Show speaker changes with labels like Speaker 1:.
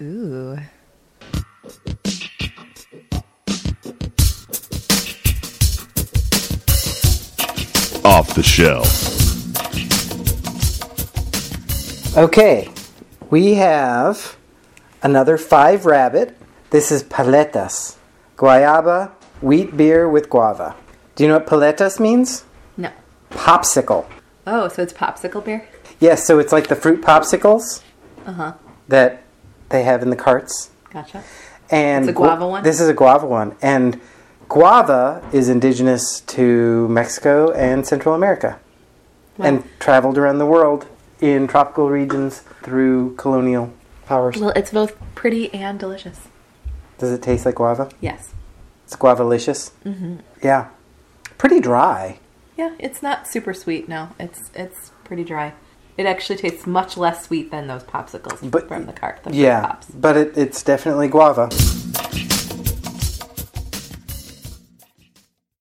Speaker 1: Ooh.
Speaker 2: Off the shelf.
Speaker 3: Okay, we have another five rabbit. This is paletas, guayaba, wheat beer with guava. Do you know what paletas means?
Speaker 1: No.
Speaker 3: Popsicle.
Speaker 1: Oh, so it's popsicle beer?
Speaker 3: Yes, so it's like the fruit popsicles
Speaker 1: Uh huh.
Speaker 3: that they have in the carts.
Speaker 1: Gotcha.
Speaker 3: And
Speaker 1: It's a guava
Speaker 3: gu-
Speaker 1: one?
Speaker 3: This is a guava one, and guava is indigenous to Mexico and Central America, and traveled around the world in tropical regions through colonial powers.
Speaker 1: Well, it's both pretty and delicious.
Speaker 3: Does it taste like guava?
Speaker 1: Yes.
Speaker 3: It's guavalicious. Mm-hmm. Yeah, pretty dry.
Speaker 1: Yeah, it's not super sweet. No, it's it's pretty dry. It actually tastes much less sweet than those popsicles
Speaker 3: But-
Speaker 1: from the cart. The fruit
Speaker 3: yeah,
Speaker 1: pops.
Speaker 3: but it, it's definitely guava.